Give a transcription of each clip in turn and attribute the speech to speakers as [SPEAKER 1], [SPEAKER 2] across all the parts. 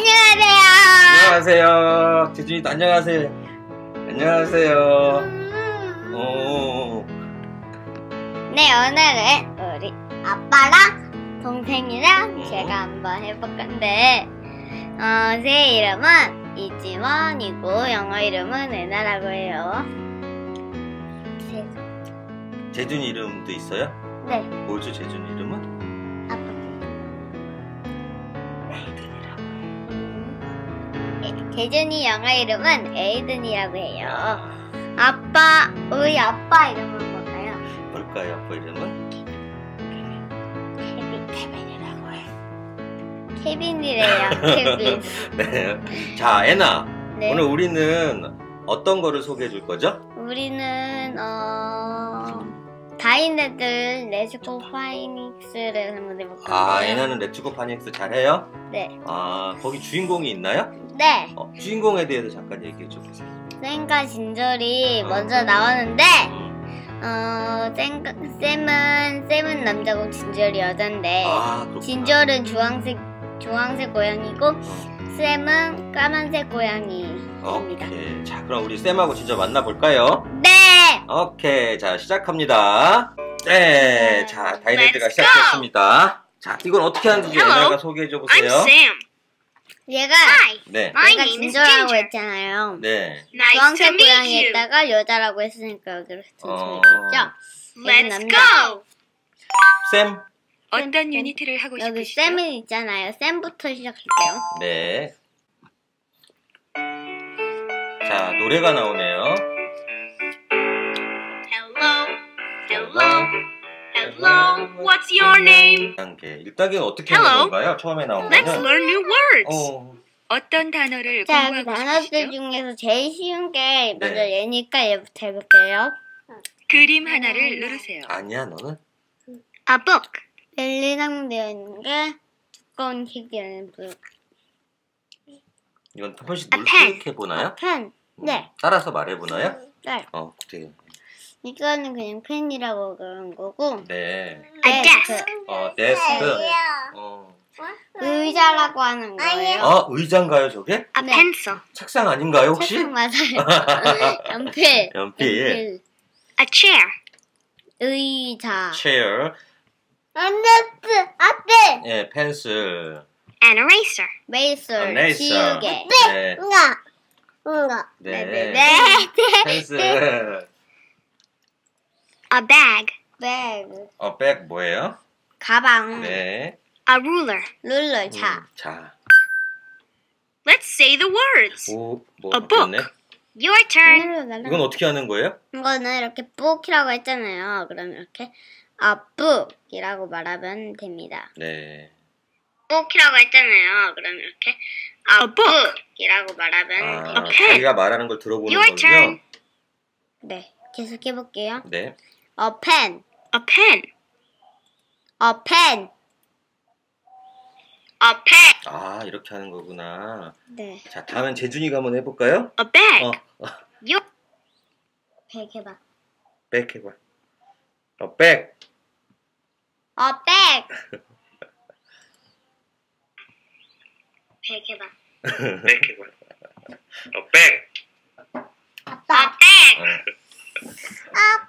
[SPEAKER 1] 안녕하세요.
[SPEAKER 2] 안녕하세요. 재준이도 안녕하세요. 안녕하세요. 어,
[SPEAKER 1] 음.
[SPEAKER 2] 오,
[SPEAKER 1] 네 오늘은 우리 아빠랑 동생이랑
[SPEAKER 2] 음.
[SPEAKER 1] 제가 한번 해볼 건데 어, 제 이름은 이지원이고 영어 이름은 은하라고 해요.
[SPEAKER 2] 재준 이름도 있어요?
[SPEAKER 1] 네
[SPEAKER 2] 뭐죠, 재준 이름은?
[SPEAKER 1] 아빠. 네, 재준이 영어 이름은 에이든이라고 해요. 아빠 우리 아빠 이름은 뭘까요?
[SPEAKER 2] 뭘까요, 아빠 이름은? 네,
[SPEAKER 1] 케빈 케빈이라고 해. 케빈이래요. 케빈.
[SPEAKER 2] 네. 자, 애나.
[SPEAKER 1] 네.
[SPEAKER 2] 오늘 우리는 어떤 거를 소개해 줄 거죠?
[SPEAKER 1] 우리는 어 다이네들 레스코 파이닉스를 한번 해볼까요?
[SPEAKER 2] 아, 애나는 레츠고 파닉스 잘해요?
[SPEAKER 1] 네.
[SPEAKER 2] 아, 거기 주인공이 있나요?
[SPEAKER 1] 네.
[SPEAKER 2] 어, 주인공에 대해서 잠깐 얘기해 줘 보세요.
[SPEAKER 1] 쌤과 진절이
[SPEAKER 2] 어.
[SPEAKER 1] 먼저 나오는데
[SPEAKER 2] 음.
[SPEAKER 1] 어 쌤, 쌤은 쌤은 남자고 진절이 여잔데
[SPEAKER 2] 아,
[SPEAKER 1] 네.
[SPEAKER 2] 그렇구나.
[SPEAKER 1] 진절은 주황색 주황색 고양이고
[SPEAKER 2] 어,
[SPEAKER 1] 쌤은 까만색 고양이입니다.
[SPEAKER 2] 오케이. 자, 그럼 우리 쌤하고 진짜 만나볼까요?
[SPEAKER 1] 네.
[SPEAKER 2] 오케이, 자 시작합니다. 네, 자 다이네드가
[SPEAKER 1] Let's
[SPEAKER 2] 시작됐습니다. 자, 이건 어떻게 하는지
[SPEAKER 3] Hello.
[SPEAKER 2] 연아가 소개해 줘
[SPEAKER 3] I'm
[SPEAKER 2] 보세요.
[SPEAKER 3] Sam.
[SPEAKER 1] 얘가
[SPEAKER 3] Hi.
[SPEAKER 2] 네,
[SPEAKER 3] My
[SPEAKER 1] 얘가
[SPEAKER 3] name is
[SPEAKER 1] 진절이라고
[SPEAKER 3] Ginger.
[SPEAKER 1] 했잖아요.
[SPEAKER 2] 네.
[SPEAKER 3] Nice to
[SPEAKER 1] 주황색
[SPEAKER 3] meet you.
[SPEAKER 1] 고양이에다가 여자라고 했으니까 여기로
[SPEAKER 2] 어.
[SPEAKER 1] 했죠.
[SPEAKER 3] Let's
[SPEAKER 1] 남자.
[SPEAKER 3] go.
[SPEAKER 2] 쌤,
[SPEAKER 1] 쌤.
[SPEAKER 3] 어떤 유니티를 하고
[SPEAKER 1] 여기
[SPEAKER 3] 싶으시죠?
[SPEAKER 1] 쌤은 있잖아요. 쌤부터 시작할게요.
[SPEAKER 2] 네. 자 노래가 나오네요.
[SPEAKER 3] Hello. Hello. Hello. What's your name?
[SPEAKER 2] 단계 일단은 어떻게 하는
[SPEAKER 3] Hello.
[SPEAKER 2] 건가요? 처음에 나온
[SPEAKER 3] Let's
[SPEAKER 2] 거는
[SPEAKER 3] learn new words.
[SPEAKER 2] 어,
[SPEAKER 3] 어떤 단어를
[SPEAKER 1] 자, 여기
[SPEAKER 3] 네, 공부하고
[SPEAKER 1] 단어들
[SPEAKER 3] 싶으시죠?
[SPEAKER 1] 중에서 제일 쉬운 게 먼저
[SPEAKER 2] 네.
[SPEAKER 1] 얘니까 얘부터 해볼게요.
[SPEAKER 3] 그림 하나를 누르세요.
[SPEAKER 2] 아니야 너는
[SPEAKER 1] 아, book. 멜리랑 되어 있는 게 두꺼운 책이라는 부
[SPEAKER 2] 이건 한 번씩
[SPEAKER 1] 아, 펜.
[SPEAKER 2] 물색해 보나요?
[SPEAKER 1] 펜. 네.
[SPEAKER 2] 따라서 말해 보나요?
[SPEAKER 1] 네.
[SPEAKER 2] 어, 그래요.
[SPEAKER 1] 이거는 그냥 펜이라고 그런 거고.
[SPEAKER 2] 네.
[SPEAKER 3] A
[SPEAKER 1] 네,
[SPEAKER 3] desk.
[SPEAKER 2] 어, 데스크. 어,
[SPEAKER 1] 그 의자라고 하는 거예요.
[SPEAKER 2] 아 의자인가요 저게?
[SPEAKER 3] A
[SPEAKER 1] 네.
[SPEAKER 3] pencil.
[SPEAKER 2] 책상 아닌가요 혹시?
[SPEAKER 1] 책상 맞아요. 연필.
[SPEAKER 2] 연필.
[SPEAKER 3] A chair.
[SPEAKER 1] 의자.
[SPEAKER 2] 체어,
[SPEAKER 1] 안데스 앞에
[SPEAKER 2] 예, 펜슬,
[SPEAKER 3] An eraser.
[SPEAKER 1] 메이슬
[SPEAKER 2] 레이서,
[SPEAKER 1] 지우개
[SPEAKER 2] 아, 네,
[SPEAKER 1] 응아 응아
[SPEAKER 2] 네.
[SPEAKER 1] 네네네
[SPEAKER 2] 펜슬,
[SPEAKER 3] A bag.
[SPEAKER 1] 백
[SPEAKER 2] 어, 백 뭐예요?
[SPEAKER 1] 네. 가방
[SPEAKER 2] 네.
[SPEAKER 3] A ruler.
[SPEAKER 1] 룰러
[SPEAKER 2] 음,
[SPEAKER 1] 차
[SPEAKER 2] 자,
[SPEAKER 3] Let's say the words.
[SPEAKER 2] 오, 뭐
[SPEAKER 3] A
[SPEAKER 2] 바뀌었네.
[SPEAKER 3] Your turn.
[SPEAKER 2] 이건 어떻게 하는 거예요?
[SPEAKER 1] 이거는 이렇게 book이라고 했잖아요 그럼 이렇게 아 book이라고 말하면 됩니다
[SPEAKER 2] 네.
[SPEAKER 1] book이라고 했잖아요 그럼 이렇게 아
[SPEAKER 3] A book.
[SPEAKER 1] book이라고 말하면
[SPEAKER 2] 아,
[SPEAKER 3] 펜.
[SPEAKER 2] 자기가 말하는 걸 들어보는
[SPEAKER 3] Your
[SPEAKER 2] 거군요.
[SPEAKER 3] turn.
[SPEAKER 1] 네 계속 해볼게요 어,
[SPEAKER 2] 네.
[SPEAKER 1] a pen
[SPEAKER 3] A pen.
[SPEAKER 1] a pen a pen
[SPEAKER 2] 아, 이렇게 하는 거구나.
[SPEAKER 1] 네
[SPEAKER 2] 자, 다음엔 재준이가 한번 해볼까요?
[SPEAKER 3] A bag.
[SPEAKER 2] 어,
[SPEAKER 3] Your
[SPEAKER 1] 백 해봐
[SPEAKER 2] 백 해봐. 어, 백.
[SPEAKER 1] 어, 백. 백 해봐.
[SPEAKER 2] 백 해봐. 어, 백.
[SPEAKER 1] 아빠. 백.
[SPEAKER 2] 어,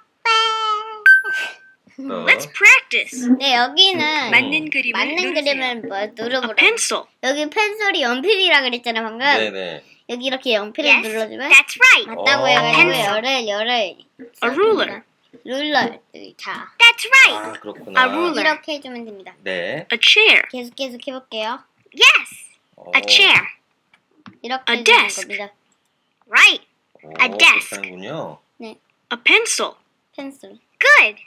[SPEAKER 2] 또.
[SPEAKER 3] Let's practice.
[SPEAKER 1] 네, 여기는
[SPEAKER 3] 맞는 그림을
[SPEAKER 1] 맞는
[SPEAKER 3] 네. 누르세요. 아,
[SPEAKER 1] 그림을 뭐
[SPEAKER 3] A
[SPEAKER 1] 누르보라.
[SPEAKER 3] pencil.
[SPEAKER 1] 여기 펜솔이 연필이라 그랬잖아, 방금.
[SPEAKER 2] 네네.
[SPEAKER 1] 여기 이렇게 연필을
[SPEAKER 3] Yes,
[SPEAKER 1] 눌러주면
[SPEAKER 3] that's right.
[SPEAKER 1] 맞다고
[SPEAKER 2] 오.
[SPEAKER 1] 해가지고
[SPEAKER 2] 펜솔.
[SPEAKER 1] 열을, 열을.
[SPEAKER 3] A 어, 아, ruler.
[SPEAKER 1] 룰러. 여기 자.
[SPEAKER 3] That's
[SPEAKER 2] 아,
[SPEAKER 3] right.
[SPEAKER 2] 그렇구나.
[SPEAKER 3] 아, 룰러.
[SPEAKER 1] 이렇게 해주면 됩니다.
[SPEAKER 2] 네.
[SPEAKER 3] A chair.
[SPEAKER 1] 계속 계속 해볼게요.
[SPEAKER 3] Yes.
[SPEAKER 2] 어.
[SPEAKER 4] Oh.
[SPEAKER 3] A chair.
[SPEAKER 1] 이렇게
[SPEAKER 3] A
[SPEAKER 1] 해주는
[SPEAKER 3] desk.
[SPEAKER 1] 겁니다.
[SPEAKER 3] Right.
[SPEAKER 2] 오,
[SPEAKER 3] A desk.
[SPEAKER 2] 그렇군요.
[SPEAKER 3] A pencil.
[SPEAKER 1] 펜솔.
[SPEAKER 3] Good.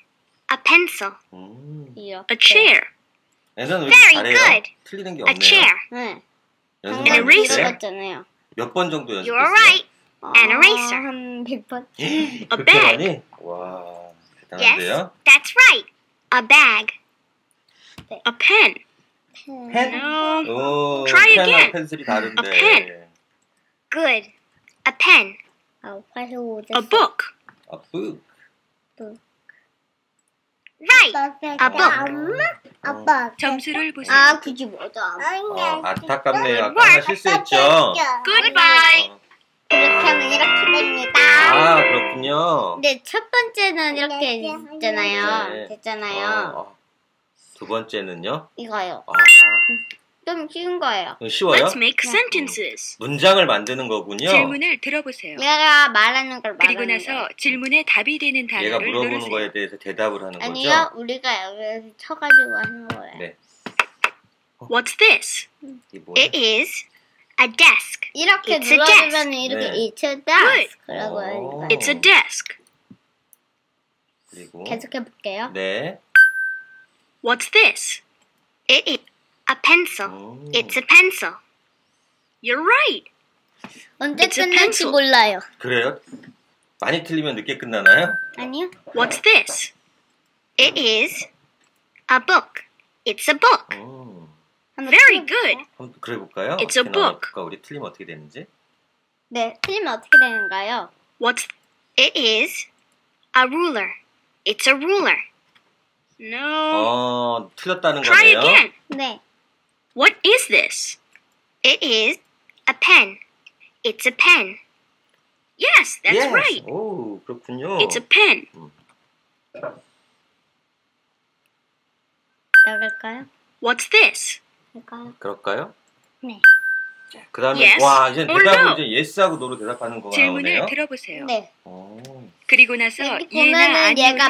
[SPEAKER 3] A pencil.
[SPEAKER 2] 음.
[SPEAKER 1] 이렇게.
[SPEAKER 3] A chair.
[SPEAKER 2] 예전에 왜
[SPEAKER 3] Very
[SPEAKER 2] 이렇게 잘해요?
[SPEAKER 3] good.
[SPEAKER 2] 틀리는 게
[SPEAKER 3] A
[SPEAKER 2] 없네요.
[SPEAKER 3] chair.
[SPEAKER 1] 네.
[SPEAKER 2] 연습
[SPEAKER 1] 방금
[SPEAKER 3] An eraser.
[SPEAKER 1] 눌렀잖아요. 아,
[SPEAKER 2] 몇번 정도 연습했어요?
[SPEAKER 3] You're right. An eraser.
[SPEAKER 1] 한 100번.
[SPEAKER 3] A
[SPEAKER 2] 그렇게
[SPEAKER 3] bag.
[SPEAKER 2] 많이? 와, 대단한데요?
[SPEAKER 3] That's right. A bag. A pen.
[SPEAKER 2] 펜?
[SPEAKER 3] No.
[SPEAKER 2] 오,
[SPEAKER 3] Mm-hmm. Try
[SPEAKER 2] 펜하고
[SPEAKER 3] again.
[SPEAKER 2] 펜슬이 다른데.
[SPEAKER 3] A pen. Good. A pen.
[SPEAKER 1] 아, 85점.
[SPEAKER 3] A book.
[SPEAKER 2] 아, 부.
[SPEAKER 3] Right.
[SPEAKER 5] A book. A book.
[SPEAKER 4] 점수를 보세요.
[SPEAKER 1] 아, 그게 뭐죠?
[SPEAKER 2] 어, 안타깝네요. 아까 하나
[SPEAKER 1] 어,
[SPEAKER 2] 실수했죠.
[SPEAKER 4] 굿바이.
[SPEAKER 2] 어.
[SPEAKER 1] 그렇게 하면 이렇게 됩니다.
[SPEAKER 2] 아 그렇군요.
[SPEAKER 1] 근데 첫 번째는 이렇게
[SPEAKER 5] 네,
[SPEAKER 1] 됐잖아요.
[SPEAKER 2] 네.
[SPEAKER 1] 됐잖아요.
[SPEAKER 2] 어, 어. 두 번째는요.
[SPEAKER 1] 이거요.
[SPEAKER 2] 아,
[SPEAKER 1] 좀 쉬운 거예요.
[SPEAKER 2] 이거 쉬워요?
[SPEAKER 4] Let's make sentences.
[SPEAKER 2] 문장을 만드는 거군요.
[SPEAKER 4] 질문을 들어보세요.
[SPEAKER 1] 내가 말하는 걸 말하는
[SPEAKER 4] 그리고 나서
[SPEAKER 1] 거예요.
[SPEAKER 4] 질문에 답이 되는
[SPEAKER 2] 얘가
[SPEAKER 4] 단어를
[SPEAKER 2] 물어보는
[SPEAKER 4] 누르세요.
[SPEAKER 2] 거에 대해서 대답을 하는 거죠.
[SPEAKER 1] 아니요, 우리가 여기서 쳐가지고 하는 거예요.
[SPEAKER 2] 네.
[SPEAKER 4] What's this?
[SPEAKER 2] 이 뭐야?
[SPEAKER 3] It is a desk.
[SPEAKER 1] 이렇게
[SPEAKER 3] It's a
[SPEAKER 1] 눌러주면 이렇게
[SPEAKER 2] 네. 어.
[SPEAKER 1] it's a desk 그러고
[SPEAKER 2] 오.
[SPEAKER 1] 하니까
[SPEAKER 4] It's a desk.
[SPEAKER 2] 그리고
[SPEAKER 1] 계속해 볼게요.
[SPEAKER 2] 네.
[SPEAKER 4] What's this?
[SPEAKER 3] It is a pencil.
[SPEAKER 2] 음.
[SPEAKER 4] 예,
[SPEAKER 3] It's a pencil.
[SPEAKER 4] You're right.
[SPEAKER 1] 언제
[SPEAKER 4] It's a
[SPEAKER 1] 끝날지
[SPEAKER 4] pencil.
[SPEAKER 1] 몰라요.
[SPEAKER 2] 그래요? 많이 틀리면 늦게 끝나나요?
[SPEAKER 1] 아니요.
[SPEAKER 4] What's this?
[SPEAKER 3] It is a book. It's a book.
[SPEAKER 2] 음.
[SPEAKER 4] Very good.
[SPEAKER 2] 한번 그래 볼까요?
[SPEAKER 4] It's a book.
[SPEAKER 2] 우리 틀리면 어떻게 되는지?
[SPEAKER 1] 네, 틀리면 어떻게 되는가요?
[SPEAKER 4] What's
[SPEAKER 3] It is a ruler. It's a ruler.
[SPEAKER 4] No.
[SPEAKER 2] Oh, 어, 틀렸다는
[SPEAKER 4] Try
[SPEAKER 2] 거네요.
[SPEAKER 4] again.
[SPEAKER 1] 네,
[SPEAKER 4] What is this?
[SPEAKER 3] It is a pen. It's a pen.
[SPEAKER 4] Yes, that's
[SPEAKER 2] Yes.
[SPEAKER 4] right.
[SPEAKER 2] 오, 그렇군요.
[SPEAKER 4] It's a pen.
[SPEAKER 1] 나갈까요?
[SPEAKER 4] What's this?
[SPEAKER 1] 할까요?
[SPEAKER 2] 그럴까요?
[SPEAKER 1] 네.
[SPEAKER 2] 그다음에
[SPEAKER 4] Yes.
[SPEAKER 2] 와, 이제
[SPEAKER 4] Or
[SPEAKER 2] 대답은
[SPEAKER 4] no.
[SPEAKER 2] 이제 yes하고 no로 대답하는 거가 나오네요.
[SPEAKER 4] 질문을 들어보세요.
[SPEAKER 1] 네.
[SPEAKER 2] 오.
[SPEAKER 4] 그리고 나서
[SPEAKER 1] 여기
[SPEAKER 4] 예나
[SPEAKER 1] 보면은
[SPEAKER 4] 아니오를
[SPEAKER 1] 얘가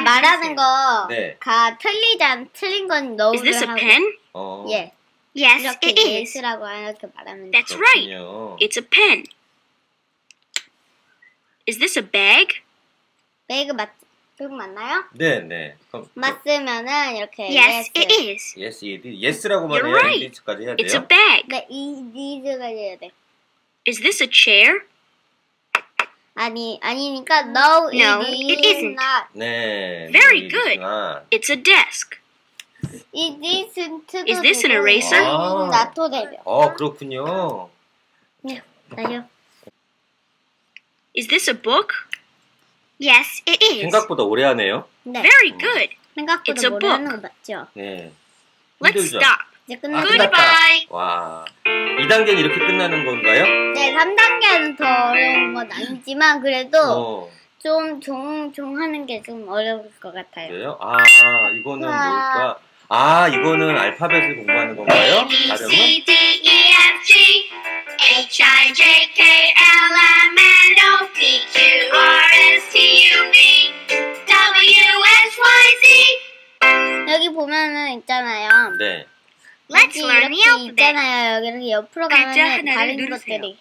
[SPEAKER 4] 하세요.
[SPEAKER 1] 말하는 거가
[SPEAKER 2] 네.
[SPEAKER 1] 틀리지 않 틀린 건 너를
[SPEAKER 4] Is this a
[SPEAKER 1] 하고
[SPEAKER 4] pen?
[SPEAKER 2] 어.
[SPEAKER 1] 예
[SPEAKER 3] Yes,
[SPEAKER 1] 이렇게
[SPEAKER 3] it is.
[SPEAKER 1] yes라고 이렇게 말하면 돼요.
[SPEAKER 4] That's right.
[SPEAKER 2] 그렇군요.
[SPEAKER 4] It's a pen. Is this a bag?
[SPEAKER 1] 매그 맞 매그 맞나요?
[SPEAKER 2] 네, 네. 그럼 예,
[SPEAKER 1] 맞으면은 이렇게
[SPEAKER 3] Yes, it
[SPEAKER 1] yes.
[SPEAKER 3] is.
[SPEAKER 2] yes, it is. yes라고만
[SPEAKER 4] You're
[SPEAKER 2] 해야
[SPEAKER 4] right.
[SPEAKER 2] yes까지 해야
[SPEAKER 4] It's a
[SPEAKER 2] 돼요.
[SPEAKER 4] bag.
[SPEAKER 1] 네, 이 s 가 돼야 돼.
[SPEAKER 4] Is this a chair?
[SPEAKER 1] 아니 아니니까 no,
[SPEAKER 3] No,
[SPEAKER 1] it
[SPEAKER 3] it
[SPEAKER 1] is
[SPEAKER 3] isn't.
[SPEAKER 1] not.
[SPEAKER 2] 네.
[SPEAKER 4] Very
[SPEAKER 2] 네,
[SPEAKER 4] good.
[SPEAKER 2] 이구나.
[SPEAKER 4] It's a desk.
[SPEAKER 1] It isn't. 도
[SPEAKER 4] Is this an
[SPEAKER 1] 되고,
[SPEAKER 4] eraser?
[SPEAKER 1] 음, 나도 되요.
[SPEAKER 2] 어, 그렇군요. 아.
[SPEAKER 1] 나요.
[SPEAKER 4] Is this a book?
[SPEAKER 3] Yes, it is.
[SPEAKER 2] 생각보다 오래 하네요.
[SPEAKER 1] 네.
[SPEAKER 4] Very
[SPEAKER 2] Mm.
[SPEAKER 4] good. It's
[SPEAKER 1] 생각보다
[SPEAKER 4] a
[SPEAKER 1] 모르는 거
[SPEAKER 4] book.
[SPEAKER 1] 맞죠?
[SPEAKER 2] 네.
[SPEAKER 4] Let's
[SPEAKER 2] 힘들죠?
[SPEAKER 4] stop.
[SPEAKER 1] 이제
[SPEAKER 2] 아,
[SPEAKER 1] 끝났어요.
[SPEAKER 2] 끝났다.
[SPEAKER 4] Goodbye.
[SPEAKER 2] 와. 2단계는 이렇게 끝나는 건가요?
[SPEAKER 1] 네, 3단계는 더 어려운 건 아니지만 그래도
[SPEAKER 2] 어.
[SPEAKER 1] 좀 종종 하는 게 좀 어려울 것 같아요.
[SPEAKER 2] 그래요? 아, 이거는 뭘까? 아, 이거는 알파벳을 공부하는 건가요? 발음은?
[SPEAKER 3] D E F G H I J K L M N O P Q R S T U V W X Y Z.
[SPEAKER 1] 여기 보면은 있잖아요.
[SPEAKER 2] 네.
[SPEAKER 1] 여기
[SPEAKER 3] Let's learn the
[SPEAKER 1] 이렇게
[SPEAKER 3] alphabet.
[SPEAKER 1] 있잖아요. 여기 이렇게 옆으로
[SPEAKER 4] 글자
[SPEAKER 1] 가면은
[SPEAKER 4] 하나를
[SPEAKER 1] 다른
[SPEAKER 4] 누르세요.
[SPEAKER 1] 것들이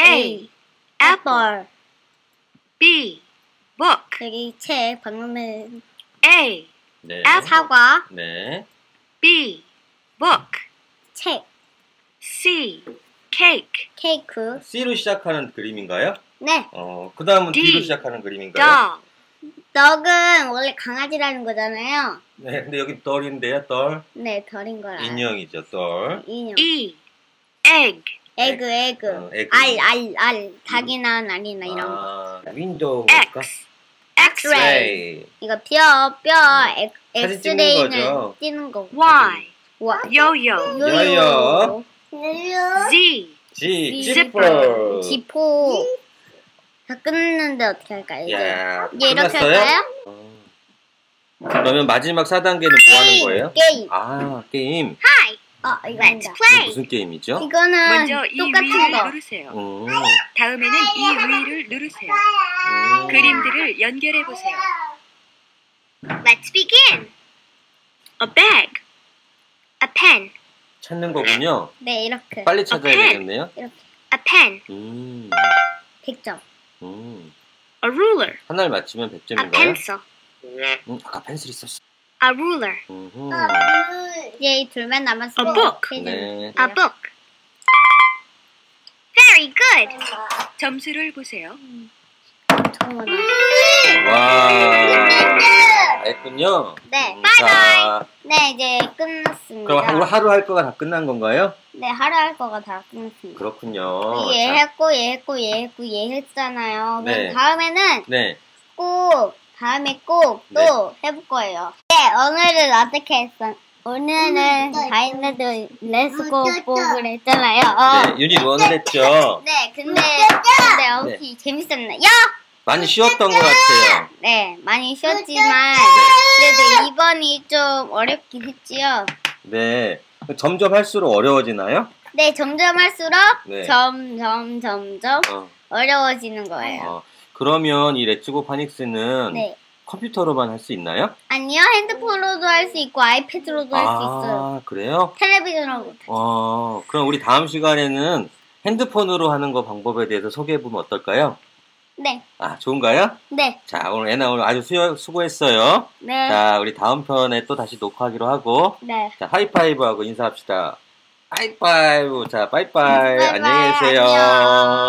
[SPEAKER 4] A.
[SPEAKER 1] apple
[SPEAKER 4] B. Book.
[SPEAKER 1] 여기 책 방금은
[SPEAKER 4] A.
[SPEAKER 2] 네.
[SPEAKER 4] 아,
[SPEAKER 1] 사과
[SPEAKER 2] 네.
[SPEAKER 4] B. Book.
[SPEAKER 1] 책
[SPEAKER 4] C. Cake.
[SPEAKER 1] 케이크
[SPEAKER 2] C로 시작하는 그림인가요?
[SPEAKER 1] 네
[SPEAKER 2] 어, 그 다음은
[SPEAKER 4] D.
[SPEAKER 2] D로 시작하는 그림인가요?
[SPEAKER 4] Doll.
[SPEAKER 1] 덕은 원래 강아지라는 거잖아요.
[SPEAKER 2] 네, 근데 여기 덜인데요, 덜.
[SPEAKER 1] 네 덜인 거라
[SPEAKER 2] 인형이죠, 덜.
[SPEAKER 1] 인형
[SPEAKER 4] E. Egg.
[SPEAKER 1] 에그 에그
[SPEAKER 2] 어, 에그. 음.
[SPEAKER 1] 알 알 알 닭이 낳은 알이나 이런 거
[SPEAKER 2] 아, 윈도우 볼까?
[SPEAKER 4] X.
[SPEAKER 1] 엑스레이
[SPEAKER 2] 네.
[SPEAKER 1] 이거 뼈뼈
[SPEAKER 2] 사진 찍는
[SPEAKER 1] 엑스레이는
[SPEAKER 2] 거죠.
[SPEAKER 1] 뛰는 거고
[SPEAKER 4] Y.
[SPEAKER 1] 와
[SPEAKER 4] Yo-yo.
[SPEAKER 2] 여요.
[SPEAKER 4] Z.
[SPEAKER 2] G.
[SPEAKER 4] 지퍼.
[SPEAKER 2] 지퍼.
[SPEAKER 1] 지포 다 끊는데 어떻게 할까요 이제
[SPEAKER 2] 야,
[SPEAKER 1] 예, 이게 이렇게
[SPEAKER 2] 예. 끝났어요?
[SPEAKER 1] 할까요?
[SPEAKER 2] 어. 그러면 마지막 4단계는 뭐 하는 거예요?
[SPEAKER 1] 게임
[SPEAKER 2] 아, 게임.
[SPEAKER 1] 아 이거 아니다
[SPEAKER 2] 무슨 게임이죠?
[SPEAKER 1] 이거는
[SPEAKER 4] 먼저 이
[SPEAKER 1] 똑같은
[SPEAKER 4] 위를
[SPEAKER 1] 거
[SPEAKER 4] 누르세요.
[SPEAKER 2] 음,
[SPEAKER 4] 다음에는 이 위를 누르세요.
[SPEAKER 2] 음.
[SPEAKER 4] 그림들을 연결해 보세요.
[SPEAKER 3] Let's begin.
[SPEAKER 4] A bag.
[SPEAKER 3] A pen.
[SPEAKER 2] 찾는 거군요.
[SPEAKER 1] 네 이렇게
[SPEAKER 2] 빨리 찾아야
[SPEAKER 4] 오케이.
[SPEAKER 2] 되겠네요.
[SPEAKER 3] A pen.
[SPEAKER 2] 음,
[SPEAKER 1] 100점
[SPEAKER 2] 음.
[SPEAKER 4] A ruler.
[SPEAKER 2] 하나를 맞추면
[SPEAKER 3] A
[SPEAKER 2] 100점인가요?
[SPEAKER 3] pencil.
[SPEAKER 2] 음, 아까 펜슬 있었어.
[SPEAKER 3] A ruler.
[SPEAKER 2] 음흠.
[SPEAKER 1] 아. 이제 이 둘만 아, 남았어요
[SPEAKER 4] A book.
[SPEAKER 1] 세 개.
[SPEAKER 2] 네.
[SPEAKER 3] A book. Very good.
[SPEAKER 4] 점수를 보세요.
[SPEAKER 1] 어머나.
[SPEAKER 2] 와. 했군요.
[SPEAKER 1] 네.
[SPEAKER 2] 음, 자,
[SPEAKER 1] 네 이제 끝났습니다
[SPEAKER 2] 그럼 하루, 하루 할 거가 다 끝난 건가요?
[SPEAKER 1] 네 하루 할 거가 다 끝났습니다
[SPEAKER 2] 그렇군요.
[SPEAKER 1] 얘
[SPEAKER 2] 어, 자,
[SPEAKER 1] 했고 얘 했고 얘 했고 얘 했잖아요 그럼
[SPEAKER 2] 네.
[SPEAKER 1] 다음에는
[SPEAKER 2] 네.
[SPEAKER 1] 꼭 다음에 꼭 또 해볼 거예요. 네, 오늘은 어떻게 했어? 오늘은
[SPEAKER 5] 음, 또
[SPEAKER 1] 다이너도 레츠고
[SPEAKER 5] 음, 또, 또.
[SPEAKER 1] 뽑을 했잖아요. 어.
[SPEAKER 2] 네, 윤희 원을 했죠.
[SPEAKER 1] 네, 근데 근데 혹시
[SPEAKER 2] 네.
[SPEAKER 1] 재밌었나요?
[SPEAKER 2] 많이 쉬웠던 것 같아요.
[SPEAKER 1] 네, 많이 쉬었지만 그래도 이번이 좀 어렵긴 했지요.
[SPEAKER 2] 네. 점점 할수록 어려워지나요?
[SPEAKER 1] 네, 점점 할수록
[SPEAKER 2] 네.
[SPEAKER 1] 점점 점점
[SPEAKER 2] 어.
[SPEAKER 1] 어려워지는 거예요.
[SPEAKER 2] 어. 그러면 이 레츠고 파닉스는
[SPEAKER 1] 네.
[SPEAKER 2] 컴퓨터로만 할 수 있나요?
[SPEAKER 1] 아니요, 핸드폰으로도 할 수 있고 아이패드로도 할 수 있어요.
[SPEAKER 2] 아, 그래요?
[SPEAKER 1] 텔레비전으로 못.
[SPEAKER 2] 어, 그럼 우리 다음 시간에는 핸드폰으로 하는 거 방법에 대해서 소개해보면 어떨까요?
[SPEAKER 1] 네,
[SPEAKER 2] 아, 좋은가요?
[SPEAKER 1] 네,
[SPEAKER 2] 자, 오늘 애나 오늘 아주 수, 수고했어요.
[SPEAKER 1] 네,
[SPEAKER 2] 자, 우리 다음 편에 또 다시 녹화하기로 하고,
[SPEAKER 1] 네.
[SPEAKER 2] 자, 하이파이브하고 인사합시다. 하이파이브. 자, 빠이빠이.
[SPEAKER 1] 빠이빠이.
[SPEAKER 2] 안녕히 계세요.
[SPEAKER 1] 안녕.